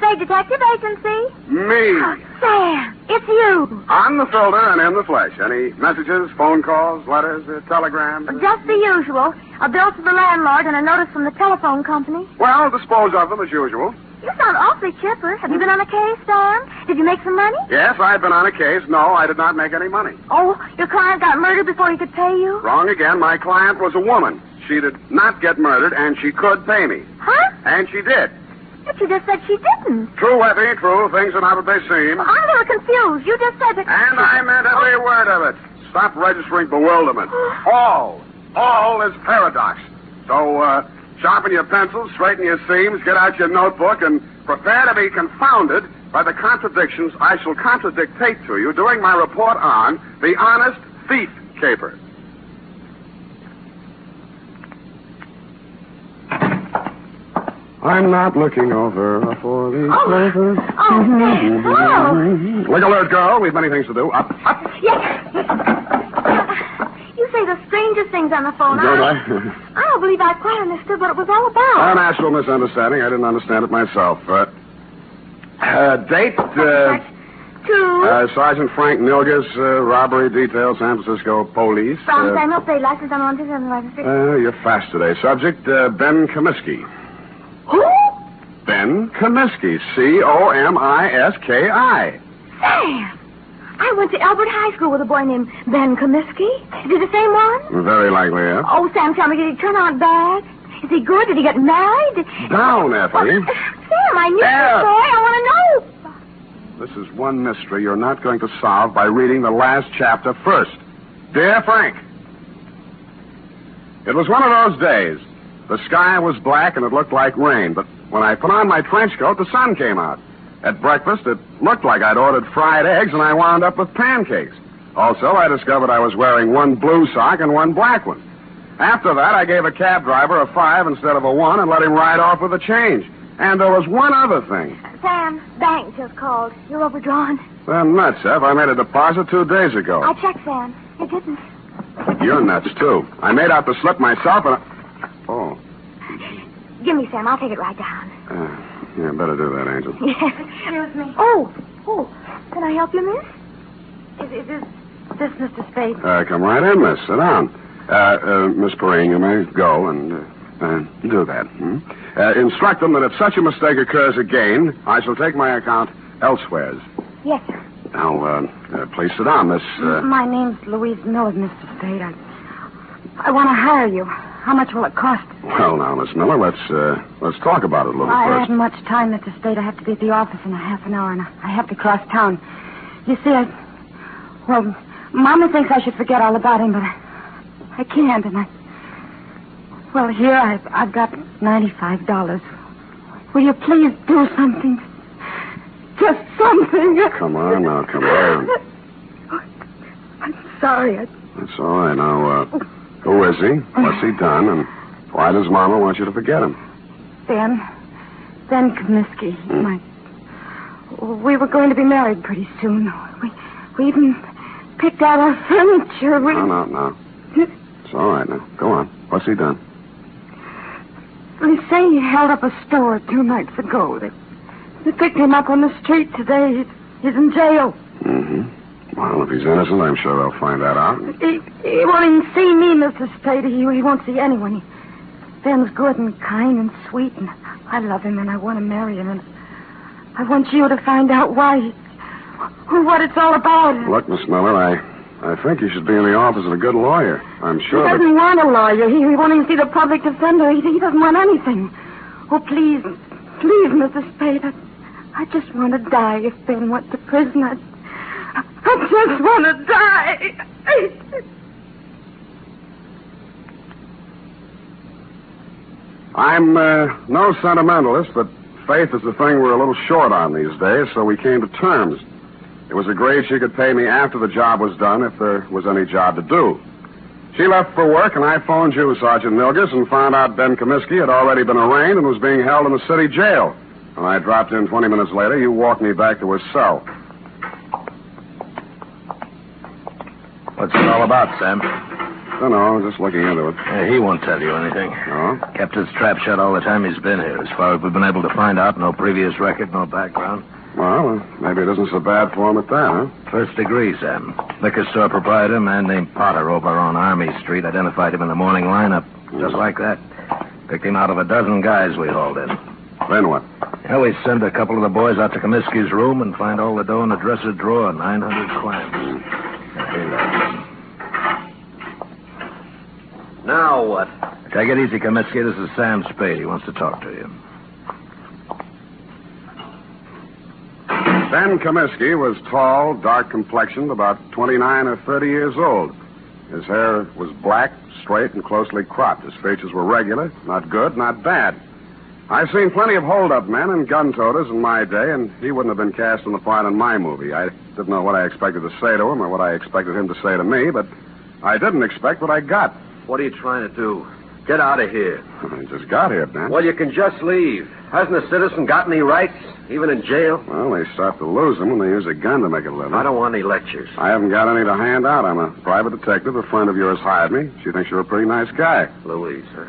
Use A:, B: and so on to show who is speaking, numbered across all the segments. A: made detective agency? Oh,
B: Me.
A: Sam, it's you.
B: I'm the filter and in the flesh. Any messages, phone calls, letters, uh, telegrams? uh,
A: Just the usual. A bill to the landlord and a notice from the telephone company.
B: Well, dispose of them as usual.
A: You sound awfully chipper. Have you been on a case, Sam? Did you make some money?
B: Yes, I've been on a case. No, I did not make any money.
A: Oh, your client got murdered before he could pay you?
B: Wrong again. My client was a woman. She did not get murdered, and she could pay me.
A: Huh?
B: And she did.
A: But you just said she didn't.
B: True, Effie, true. Things are not what they seem.
A: Well, I'm a little confused. You just said that.
B: And I meant every word of it. Stop registering bewilderment. All, all is paradox. So, uh, sharpen your pencils, straighten your seams, get out your notebook, and prepare to be confounded by the contradictions I shall contradictate to you during my report on the honest thief caper. I'm not looking over for the
A: Oh. clover. Oh, Sam. Whoa.
B: Wiggle alert, girl. We've many things to do. Up, up.
A: Yes. Oh. You say the strangest things on the phone.
B: Don't
A: I?
B: I?
A: I don't believe I quite understood what it was all about.
B: A natural misunderstanding. I didn't understand it myself. Uh, uh, date, uh,
A: Two.
B: uh, Sergeant Frank Nilgas, uh, robbery detail, San Francisco police.
A: From
B: Uh,
A: Samuel Pay, license number 12756.
B: uh, you're fast today. Subject, uh, Ben Comiskey.
A: Who?
B: Ben Comiskey, C-O-M-I-S-K-I.
A: Sam! I went to Albert High School with a boy named Ben Comiskey. Is he the same one?
B: Very likely, yeah.
A: Oh, Sam, tell me, did he turn out bad? Is he good? Did he get married? Did-
B: Down,
A: Well,
B: Effie.
A: Sam, I knew
B: Sam!
A: this boy. I want to know.
B: This is one mystery you're not going to solve by reading the last chapter first. Dear Frank, it was one of those days. The sky was black and it looked like rain, but when I put on my trench coat, the sun came out. At breakfast, it looked like I'd ordered fried eggs and I wound up with pancakes. Also, I discovered I was wearing one blue sock and one black one. After that, I gave a cab driver a five instead of a one and let him ride off with the change. And there was one other thing.
A: Sam, bank just called. You're overdrawn.
B: Well, nuts, Ev. I made a deposit two days ago.
A: I checked, Sam. It didn't.
B: Oh. You're nuts, too. I made out the slip myself, and I... Oh.
A: Give me, Sam. I'll take it right down.
B: Uh, yeah, better do that, Angel.
A: Yes. Excuse me. Oh, oh. Can I help you, miss? Is, is this, this Mr. Spade?
B: Uh, come right in, miss. Sit down. Uh, uh, Miss Perrine, you may go and uh, uh, do that. Hmm? Uh, instruct them that if such a mistake occurs again, I shall take my account elsewheres.
A: Yes, sir.
B: Now, uh, uh, please sit down, Miss. Uh,
C: My name's Louise Miller, Mr. Spade. I, I want to hire you. How much will it cost?
A: Mm-hmm.
B: well, now, Miss Miller, let's uh, let's talk about it a little
C: I
B: first.
C: haven't much time, Mr. Spade. I have to be at the office in a half an hour, and I have to cross town. You see, I. Well, Mama thinks I should forget all about him, but I, I can't, and I. Well, here I've, I've got $95. Will you please do something? Just something.
B: Come on now, come on.
C: I'm sorry. I,
B: That's all right. Now, uh, who is he? What's he done? And why does Mama want you to forget him?
C: Ben. Ben Kaminsky.
B: Hmm.
C: My, we were going to be married pretty soon. We, we even picked out our furniture. We,
B: No, no, no. It's all right now. Go on. What's he done?
C: They say he held up a store two nights ago. They, they picked him up on the street today. He's, he's in jail.
B: Mm-hmm. Well, if he's innocent, I'm sure they'll find that out.
C: He, he won't even see me, Mr. Spade. He, he won't see anyone. He, Ben's good and kind and sweet, and I love him, and I want to marry him, and I want you to find out why, he, what it's all about.
B: Look, Miss Miller, I, I think you should be in the office of a good lawyer. I'm
C: He
B: sure. that-
C: doesn't want a lawyer. He, he won't even see the public defender. He, he doesn't want anything. Oh, please, please, Mrs. Spade. I, I just want to die if Ben went to prison. I, I just want to die.
B: I'm uh, no sentimentalist, but faith is the thing we're a little short on these days, so we came to terms. It was agreed she could pay me after the job was done if there was any job to do. She left for work, and I phoned you, Sergeant Milgus, and found out Ben Comiskey had already been arraigned and was being held in the city jail. When I dropped in 20 minutes later, you walked me back to his cell.
D: What's it all about, Sam?
B: Don't know. Just looking into it. Oh,
D: Yeah, he won't tell you anything.
B: No?
D: Kept his trap shut all the time he's been here. As far as we've been able to find out, no previous record, no background.
B: Well, uh, maybe it isn't so bad for him at that, huh?
D: First degree, Sam. Liquor store proprietor, man named Potter over on Army Street, identified him in the morning lineup. Just like that. Picked him out of a dozen guys we hauled in.
B: Then what?
D: Now we send a couple of the boys out to Comiskey's room and find all the dough in the dresser drawer, 900 clams. Now, here it is. Now what? Take it easy, Comiskey. This is Sam Spade. He wants to talk to you.
B: Ben Comiskey was tall, dark complexioned, about 29 or 30 years old. His hair was black, straight, and closely cropped. His features were regular, not good, not bad. I've seen plenty of hold-up men and gun toters in my day, and he wouldn't have been cast in the part in my movie. I didn't know what I expected to say to him or what I expected him to say to me, but I didn't expect what I got.
D: What are you trying to do? Get out of here.
B: I just got here, Ben.
D: you can just leave. Hasn't a citizen got any rights, even in jail?
B: Well, they start to lose them when they use a gun to make a living.
D: want any lectures.
B: I haven't got any to hand out. I'm a private detective. A friend of yours hired me. She thinks you're a pretty nice guy.
D: Louise, huh?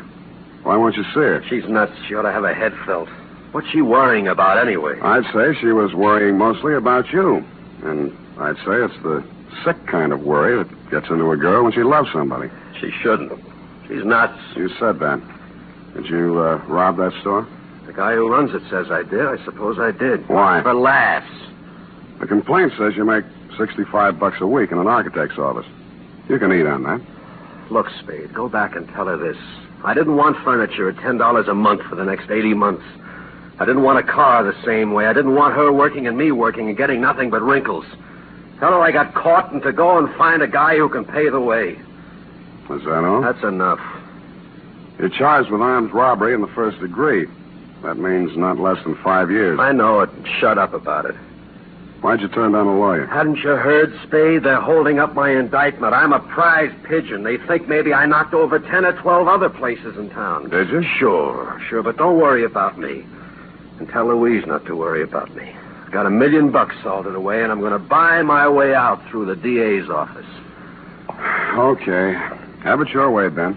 B: Why won't you see her?
D: She's nuts. She ought to have a head felt. What's she worrying about anyway?
B: I'd say she was worrying mostly about you. And I'd say it's the sick kind of worry that gets into a girl when she loves somebody.
D: She shouldn't. She's nuts.
B: You said that. Did you uh, rob that store?
D: The guy who runs it says I did. I suppose I did.
B: Why?
D: For laughs.
B: The complaint says you make 65 bucks a week in an architect's office. You can eat on that.
D: Look, Spade, go back and tell her this. I didn't want furniture at $10 a month for the next 80 months. I didn't want a car the same way. I didn't want her working and me working and getting nothing but wrinkles. Tell her I got caught and to go and find a guy who can pay the way.
B: Is that all?
D: That's enough.
B: You're charged with armed robbery in the first degree. That means not less than five years.
D: I know it. Shut up about it.
B: Why'd you turn down a lawyer?
D: Hadn't you heard, Spade? They're holding up my indictment. I'm a prize pigeon. They think maybe I knocked over 10 or 12 other places in town.
B: Did you?
D: Sure, sure, but don't worry about me. And tell Louise not to worry about me. I've got a million bucks salted away, and I'm going to buy my way out through the DA's office.
B: Okay. Have it your way, Ben.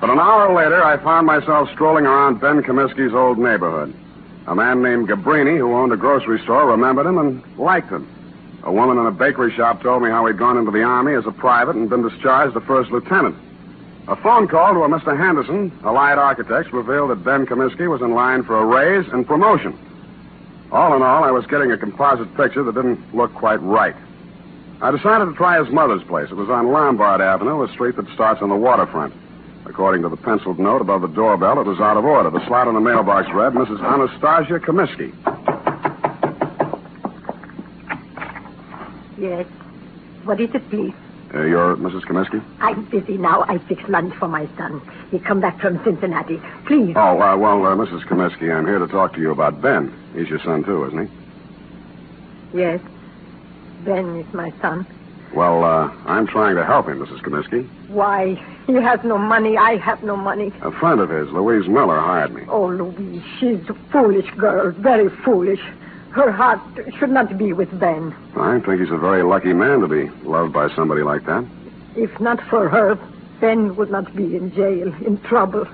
B: But an hour later, I found myself strolling around Ben Comiskey's old neighborhood. A man named Gabrini, who owned a grocery store, remembered him and liked him. A woman in a bakery shop told me how he'd gone into the army as a private and been discharged a first lieutenant. A phone call to a Mr. Henderson, Allied Architects, revealed that Ben Comiskey was in line for a raise and promotion. All in all, I was getting a composite picture that didn't look quite right. I decided to try his mother's place. It was on Lombard Avenue, a street that starts on the waterfront. According to the penciled note above the doorbell, it was out of order. The slot on the mailbox read, Mrs. Anastasia Comiskey.
E: Yes. What is it, please?
B: Uh, you're Mrs. Comiskey?
E: I'm busy now. I fix lunch for my son. He come back from Cincinnati. Please.
B: Oh, uh, well, uh, Mrs. Comiskey, I'm here to talk to you about Ben. He's your son, too, isn't he?
E: Yes. Ben is my son.
B: Well, uh, I'm trying to help him, Mrs. Comiskey.
E: Why? He has no money. I have no money.
B: A friend of his, Louise Miller, hired me.
E: Oh, Louise, she's a foolish girl, very foolish. Her heart should not be with Ben.
B: I think he's a very lucky man to be loved by somebody like that.
E: If not for her, Ben would not be in jail, in trouble.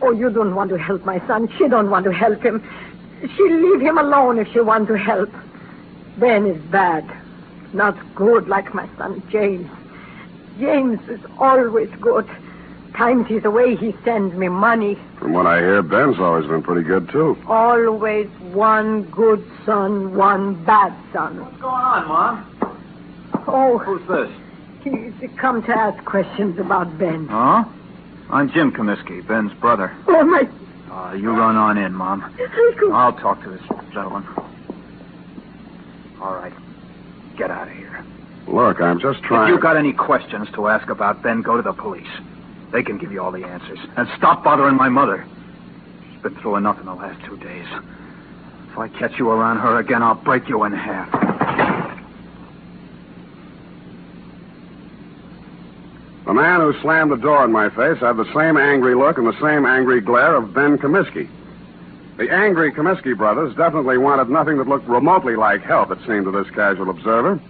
E: Oh, you don't want to help my son. She don't want to help him. She'll leave him alone if she want to help. Ben is bad. Not good like my son James. James is always good. Times he's away, he sends me money.
B: From what I hear, Ben's always been pretty good, too.
E: Always one good son, one bad son.
F: What's going on, Mom?
E: Oh,
F: Who's this?
E: he's come to ask questions about Ben.
F: Huh? I'm Jim Comiskey, Ben's brother.
E: Oh, my.
F: Uh, you run on in, Mom. I'll talk to this gentleman. All right. Get out of here.
B: Look, I'm just
F: If
B: trying.
F: you got any questions to ask about Ben, go to the police. They can give you all the answers. And stop bothering my mother. She's been through enough in the last two days. If I catch you around her again, I'll break you in half.
B: The man who slammed the door in my face had the same angry look and the same angry glare of Ben Comiskey. The angry Comiskey brothers definitely wanted nothing that looked remotely like help, it seemed to this casual observer.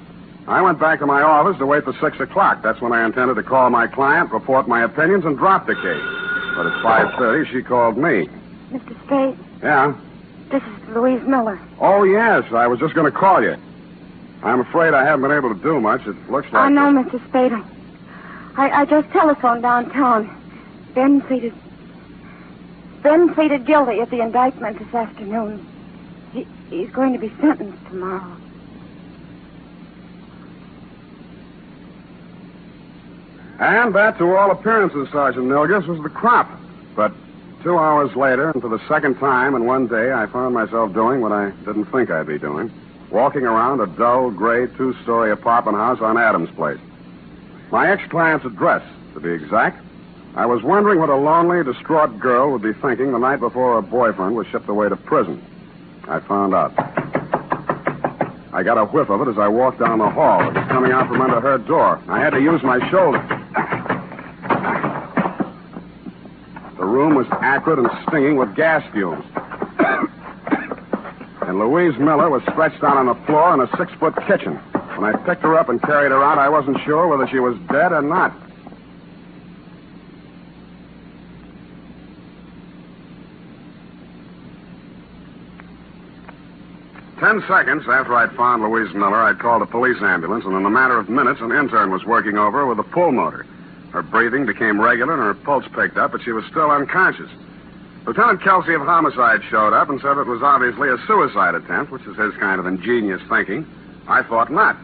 B: I went back to my office to wait for 6 o'clock. That's when I intended to call my client, report my opinions, and drop the case. But at 5.30, she called me.
A: Mr. Spade,
B: Yeah?
A: this is Louise Miller.
B: Oh, yes, I was just going to call you. I'm afraid I haven't been able to do much. It looks like...
A: I know, Mr. Spade. I, I just telephoned downtown. Ben pleaded. Ben pleaded guilty at the indictment this afternoon. He, he's going to be sentenced tomorrow.
B: And that, to all appearances, Sergeant Milgus, was the crop. But two hours later, and for the second time in one day, I found myself doing what I didn't think I'd be doing walking around a dull, gray, two story apartment house on Adams Place. My ex client's address, to be exact. I was wondering what a lonely, distraught girl would be thinking the night before her boyfriend was shipped away to prison. I found out. I got a whiff of it as I walked down the hall. It was coming out from under her door. I had to use my shoulder. The room was acrid and stinging with gas fumes. and Louise Miller was stretched out on the floor in a six foot kitchen. When I picked her up and carried her out, I wasn't sure whether she was dead or not. Ten seconds after I'd found Louise Miller, I called a police ambulance, and in a matter of minutes, an intern was working over her with a pull motor. Her breathing became regular and her pulse picked up, but she was still unconscious. Lieutenant Kelsey of Homicide showed up and said it was obviously a suicide attempt, which is his kind of ingenious thinking. I thought not.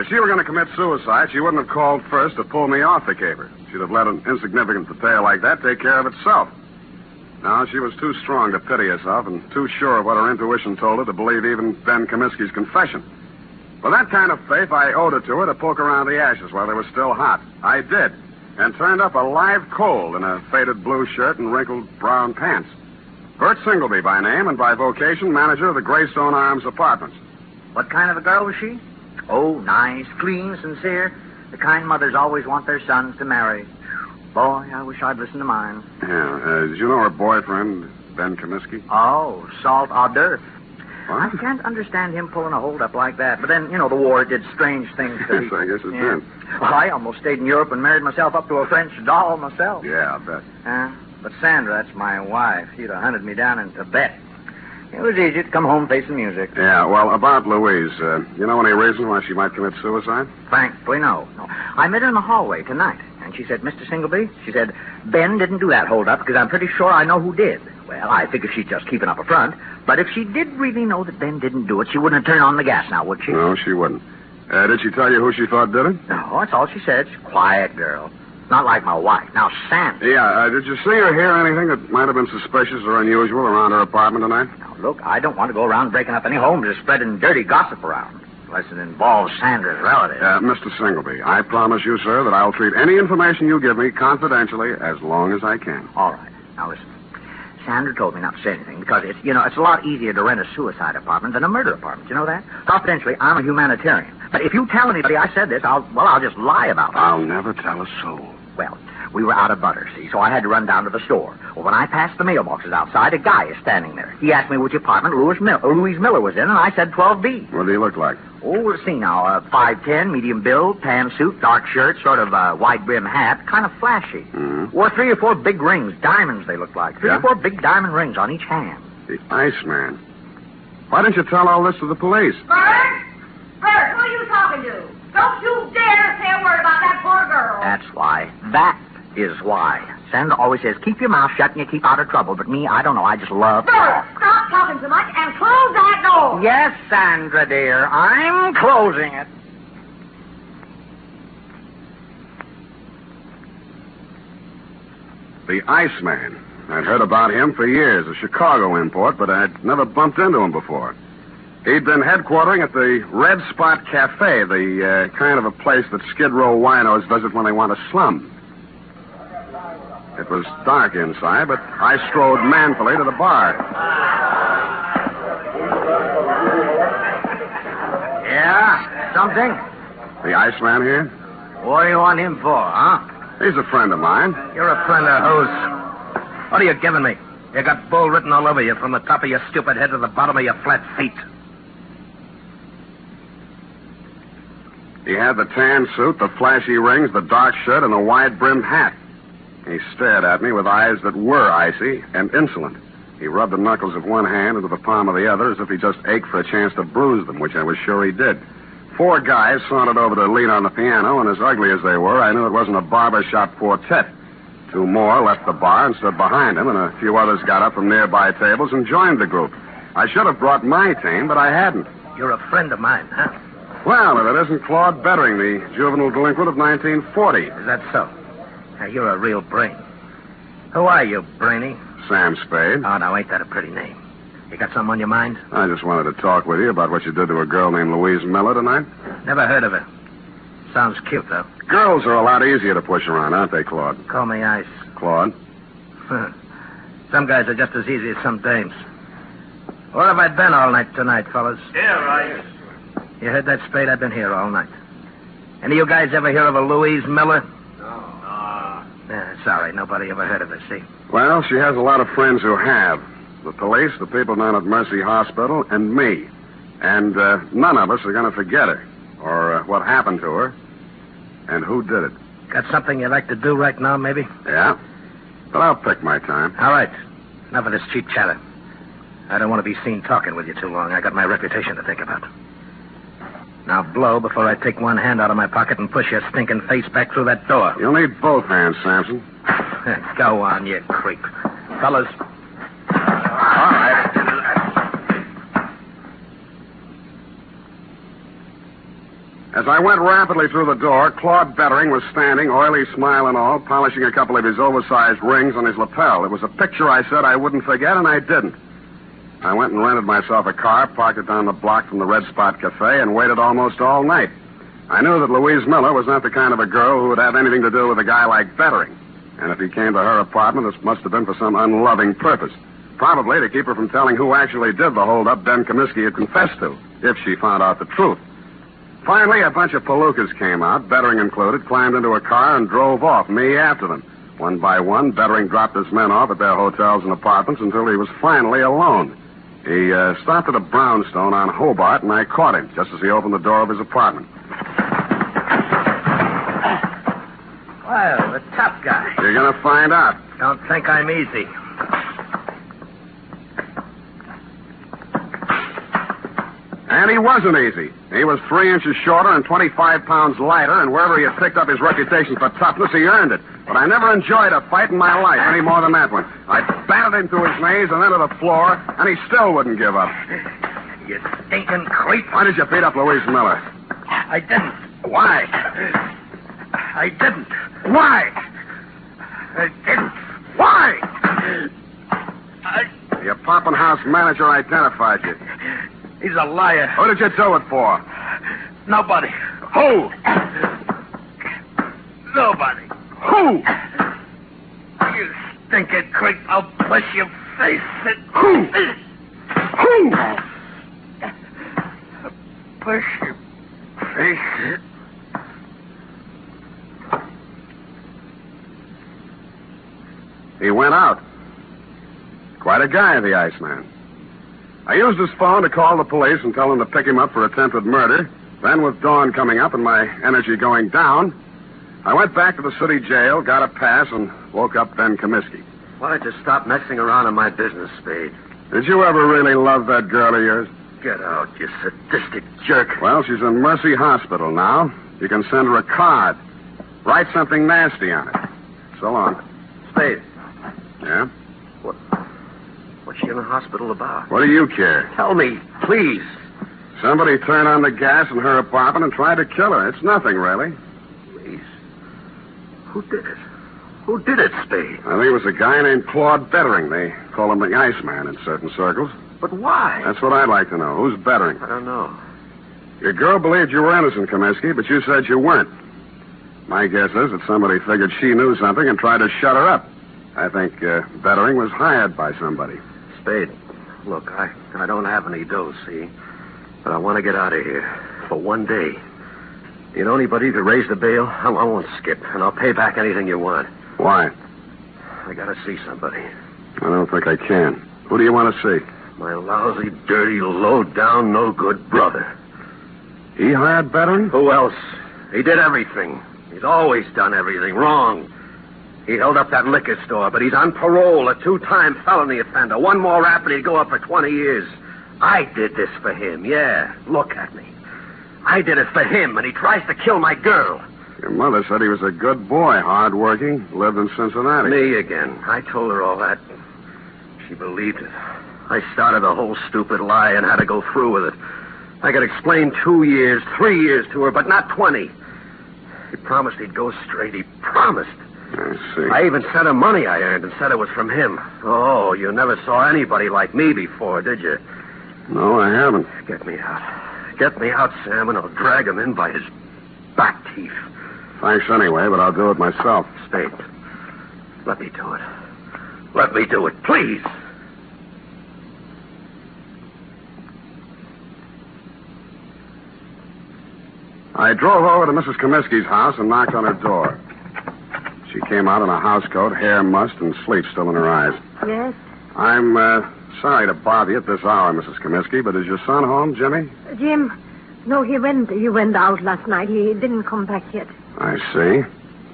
B: If she were going to commit suicide, she wouldn't have called first to pull me off the caper. She'd have let an insignificant detail like that take care of itself. No, she was too strong to pity herself and too sure of what her intuition told her to believe even Ben Comiskey's confession. With that kind of faith, I owed it to her to poke around the ashes while they were still hot. I did, and turned up a live coal in a faded blue shirt and wrinkled brown pants. Bert Singleby by name and by vocation, manager of the Greystone Arms Apartments.
G: What kind of a girl was she? Oh, nice, clean, sincere. The kind mothers always want their sons to marry. Boy, I wish I'd listened to mine.
B: Yeah, uh, did you know her boyfriend, Ben Comiskey?
G: Oh, salt hors d'oeuvre. I
B: What?
G: can't understand him pulling a holdup like that. But then, you know, the war did strange things to
B: Yes,
G: people.
B: I guess it
G: yeah.
B: did.
G: Well, I almost stayed in Europe and married myself up to a French doll myself.
B: Yeah, I bet.
G: Uh, but Sandra, that's my wife. She'd have hunted me down in Tibet. It was easy to come home facing music.
B: Yeah, well, about Louise, uh, you know any reason why she might commit suicide?
G: Thankfully, no. no. I met her in the hallway tonight, and she said, Mr. Singleby, she said, Ben didn't do that holdup because I'm pretty sure I know who did. Well, I figure she's just keeping up a front. But if she did really know that Ben didn't do it, she wouldn't have turned on the gas now, would she?
B: No, she wouldn't. Uh, did she tell you who she thought did it?
G: No, that's all she said. She's a quiet girl. Not like my wife. Now, Sandra.
B: Yeah, uh, did you see or hear anything that might have been suspicious or unusual around her apartment tonight?
G: Now, look, I don't want to go around breaking up any homes or spreading dirty gossip around. Unless it involves Sandra's relatives.
B: Uh, Mr. Singleby, I promise you, sir, that I'll treat any information you give me confidentially as long as I can.
G: All right. Now listen. Sandra told me not to say anything because it's you know it's a lot easier to rent a suicide apartment than a murder apartment. You know that? Confidentially, I'm a humanitarian. But if you tell anybody I said this, I'll well I'll just lie about it.
B: I'll never tell a soul.
G: Well, we were out of butter, see, so I had to run down to the store. Well, when I passed the mailboxes outside, a guy is standing there. He asked me which apartment Louis, Mil- Louise Miller was in, and I said 12B.
B: What do you look like?
G: Oh, let's see now. Uh, 5'10, medium build, tan suit, dark shirt, sort of uh, wide brim hat, kind of flashy.
B: Mhm.
G: Wore three or four big rings, diamonds they looked like. Three
B: Yeah?
G: or four big diamond rings on each hand.
B: The Iceman. Why didn't you tell all this to the police?
H: Bert? Bert, who are you talking to? Don't you dare say a word about that poor girl.
G: That's why. That is why. Sandra always says, keep your mouth shut and you keep out of trouble. But me, I don't know. I just love.
H: Bert, stop talking so much and close that door.
G: Yes, Sandra, dear. I'm closing it.
B: The Iceman. I'd heard about him for years, a Chicago import, but I'd never bumped into him before. He'd been headquartering at the Red Spot Cafe, the uh, kind of a place that Skid Row winos visit when they want to slum. It was dark inside, but I strode manfully to the bar.
G: Yeah? Something?
B: The Iceman here?
G: What do you want him for, huh?
B: He's a friend of mine.
G: You're a friend of whose? What are you giving me?
D: You got bull written all over you from the top of your stupid head to the bottom of your flat feet.
B: He had the tan suit, the flashy rings, the dark shirt, and the wide brimmed hat. He stared at me with eyes that were icy and insolent. He rubbed the knuckles of one hand into the palm of the other as if he just ached for a chance to bruise them, which I was sure he did. Four guys sauntered over to lean on the piano, and as ugly as they were, I knew it wasn't a barber shop quartet. Two more left the bar and stood behind him, and a few others got up from nearby tables and joined the group. I should have brought my team, but I hadn't.
D: You're a friend of mine, huh?
B: Well, if it isn't Claude Bettering, the juvenile delinquent of 1940.
D: Is that so? Now, you're a real brain. Who are you, Brainy?
B: Sam Spade.
D: Oh, now, ain't that a pretty name? You got something on your mind?
B: I just wanted to talk with you about what you did to a girl named Louise Miller tonight.
D: Never heard of her. Sounds cute, though.
B: Girls are a lot easier to push around, aren't they, Claude?
D: Call me Ice.
B: Claude?
D: some guys are just as easy as some dames. Where have I been all night tonight, fellas?
I: Here, Ice.
D: You heard that, Spade? I've been here all night. Any of you guys ever hear of a Louise Miller?
I: Ah,
D: Yeah, sorry, nobody ever heard of her, see?
B: Well, she has a lot of friends who have. The police, the people down at Mercy Hospital, and me. And uh, none of us are going to forget her, or uh, what happened to her, and who did it.
D: Got something you'd like to do right now, maybe?
B: Yeah? But I'll pick my time.
D: All right. Enough of this cheap chatter. I don't want to be seen talking with you too long. I got my reputation to think about. Now blow before I take one hand out of my pocket and push your stinking face back through that door.
B: You'll need both hands, Samson.
D: Go on, you creep. Fellas.
B: All right. As I went rapidly through the door, Claude Bettering was standing, oily smile and all, polishing a couple of his oversized rings on his lapel. It was a picture I said I wouldn't forget, and I didn't. I went and rented myself a car, parked it down the block from the Red Spot Cafe, and waited almost all night. I knew that Louise Miller was not the kind of a girl who would have anything to do with a guy like Bettering. And if he came to her apartment, this must have been for some unloving purpose. Probably to keep her from telling who actually did the holdup Ben Comiskey had confessed to, if she found out the truth. Finally, a bunch of palookas came out, Bettering included, climbed into a car and drove off, me after them. One by one, Bettering dropped his men off at their hotels and apartments until he was finally alone. He uh, stopped at a brownstone on Hobart, and I caught him just as he opened the door of his apartment.
D: Well, the top guy.
B: You're going to find out.
D: Don't think I'm easy.
B: And he wasn't easy. He was three inches shorter and 25 pounds lighter, and wherever he had picked up his reputation for toughness, he earned it. But I never enjoyed a fight in my life any more than that one. I batted him to his knees and then to the floor, and he still wouldn't give up.
D: You stinking creep.
B: Why did you beat up Louise Miller?
D: I didn't.
B: Why?
D: I didn't.
B: Why?
D: I didn't.
B: Why? Your poppin' house manager identified you.
D: He's a liar.
B: Who did you do it for?
D: Nobody.
B: Who?
D: Nobody.
B: Who?
D: You stinking creep. I'll push your face in.
B: Who? Who?
D: Push your face in.
B: He went out. Quite a guy, the Iceman. I used his phone to call the police and tell them to pick him up for attempted murder. Then, with dawn coming up and my energy going down, I went back to the city jail, got a pass, and woke up Ben Comiskey.
D: Why don't you stop messing around in my business, Spade?
B: Did you ever really love that girl of yours?
D: Get out, you sadistic jerk.
B: Well, she's in Mercy Hospital now. You can send her a card. Write something nasty on it. So long.
D: Spade,
B: Yeah?
D: what? What's she in the hospital about?
B: What do you care?
D: Tell me, please.
B: Somebody turned on the gas in her apartment and tried to kill her. It's nothing, really.
D: Please. Who did it? Who did it, Spade?
B: I think it was a guy named Claude Bettering. They call him the Iceman in certain circles.
D: But why?
B: That's what I'd like to know. Who's Bettering?
D: I don't know.
B: Your girl believed you were innocent, Comiskey, but you said you weren't. My guess is that somebody figured she knew something and tried to shut her up. I think uh, Bettering was hired by somebody.
D: Spade, look, I, I don't have any dough, see? But I want to get out of here for one day. You know anybody who could raise the bail? I, I won't skip, and I'll pay back anything you want.
B: Why?
D: I gotta see somebody.
B: I don't think I can. Who do you want to see?
D: My lousy, dirty, low down, no good brother.
B: He hired veteran?
D: Who else? He did everything. He's always done everything wrong. He held up that liquor store, but he's on parole, a two time felony offender. One more rap and he'd go up for 20 years. I did this for him, yeah. Look at me. I did it for him, and he tries to kill my girl.
B: Your mother said he was a good boy, hard working, lived in Cincinnati.
D: Me again. I told her all that. She believed it. I started the whole stupid lie and had to go through with it. I could explain two years, three years to her, but not 20. He promised he'd go straight. He promised.
B: I see.
D: I even sent her money I earned and said it was from him. Oh, you never saw anybody like me before, did you?
B: No, I haven't.
D: Get me out. Get me out, Sam, and I'll drag him in by his back teeth.
B: Thanks anyway, but I'll do it myself.
D: State. Let me do it. Let me do it, please.
B: I drove over to Mrs. Comiskey's house and knocked on her door. She came out in a housecoat, hair mussed, and sleep still in her eyes.
E: Yes?
B: I'm uh, sorry to bother you at this hour, Mrs. Comiskey, but is your son home, Jimmy?
E: Jim, no, he went he went out last night. He didn't come back yet.
B: I see.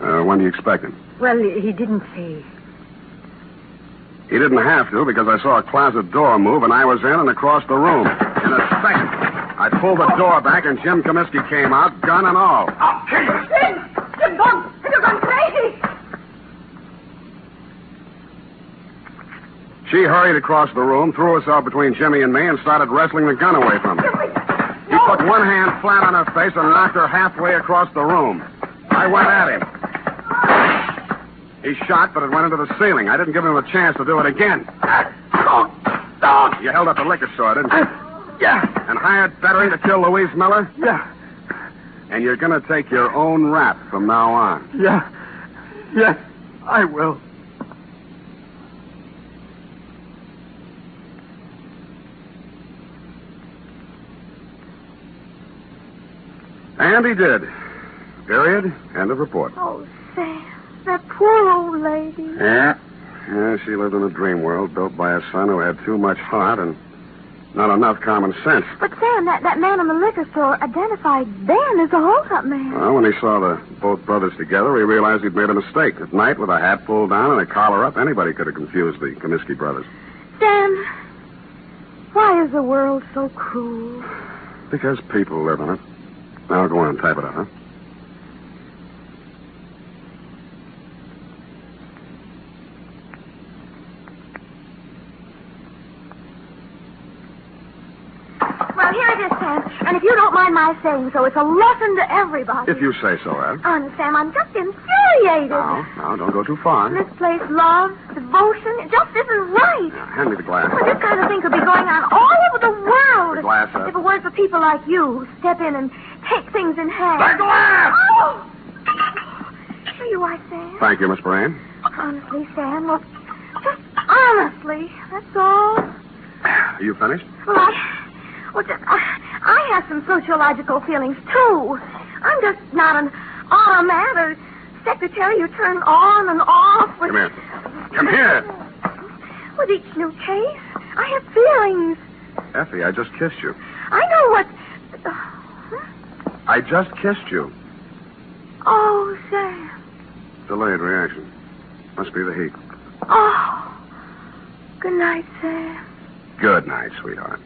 B: Uh, when do you expect him?
E: Well, he didn't say.
B: He didn't have to because I saw a closet door move and I was in and across the room. In a second, I pulled the door back and Jim Comiskey came out, gun and all.
D: I'll kill you.
H: Jim! Jim, gone! You've gone crazy!
B: She hurried across the room, threw herself between Jimmy and me, and started wrestling the gun away from me. He put one hand flat on her face and knocked her halfway across the room. I went at him. He shot, but it went into the ceiling. I didn't give him a chance to do it again. You held up the liquor store, didn't you?
F: Yeah,
B: And hired veteran to kill Louise Miller?
F: yeah,
B: And you're going to take your own rap from now on.
F: yeah. Yes, I will.
B: And he did. Period. End of report.
C: Oh, Sam, that poor old lady.
B: Yeah. Yeah, she lived in a dream world built by a son who had too much heart and not enough common sense.
C: But, Sam, that, that man in the liquor store identified Ben as the holdup man.
B: Well, when he saw the both brothers together, he realized he'd made a mistake. At night, with a hat pulled down and a collar up, anybody could have confused the Comiskey brothers.
C: Sam, why is the world so cruel?
B: Because people live in it. Now go on, type it out, huh?
C: Well, here it is, Sam. And if you don't mind my saying so, it's a lesson to everybody.
B: If you say so, Ed.
C: Honest, Sam, I'm just infuriated.
B: Now, now, don't go too far.
C: Misplaced love, devotion, it just isn't right.
B: Now, hand me the glass.
C: Well, this kind of thing could be going on all over the world.
B: The glass up.
C: If it weren't for people like you who step in and take things in hand.
B: The glass!
C: Oh! Here you are, Sam.
B: Thank you, Miss Brain.
C: Honestly, Sam, look, just honestly, that's all.
B: Are you finished?
C: Well, I, well, just, I, I have some sociological feelings, too. I'm just not an automat or secretary you turn on and off. With...
B: Come here. Come here.
C: With each new case, I have feelings.
B: Effie, I just kissed you.
C: I know what.
B: I just kissed you.
C: Oh, Sam.
B: Delayed reaction. Must be the heat.
C: Oh. Good night, Sam.
B: Good night, sweetheart.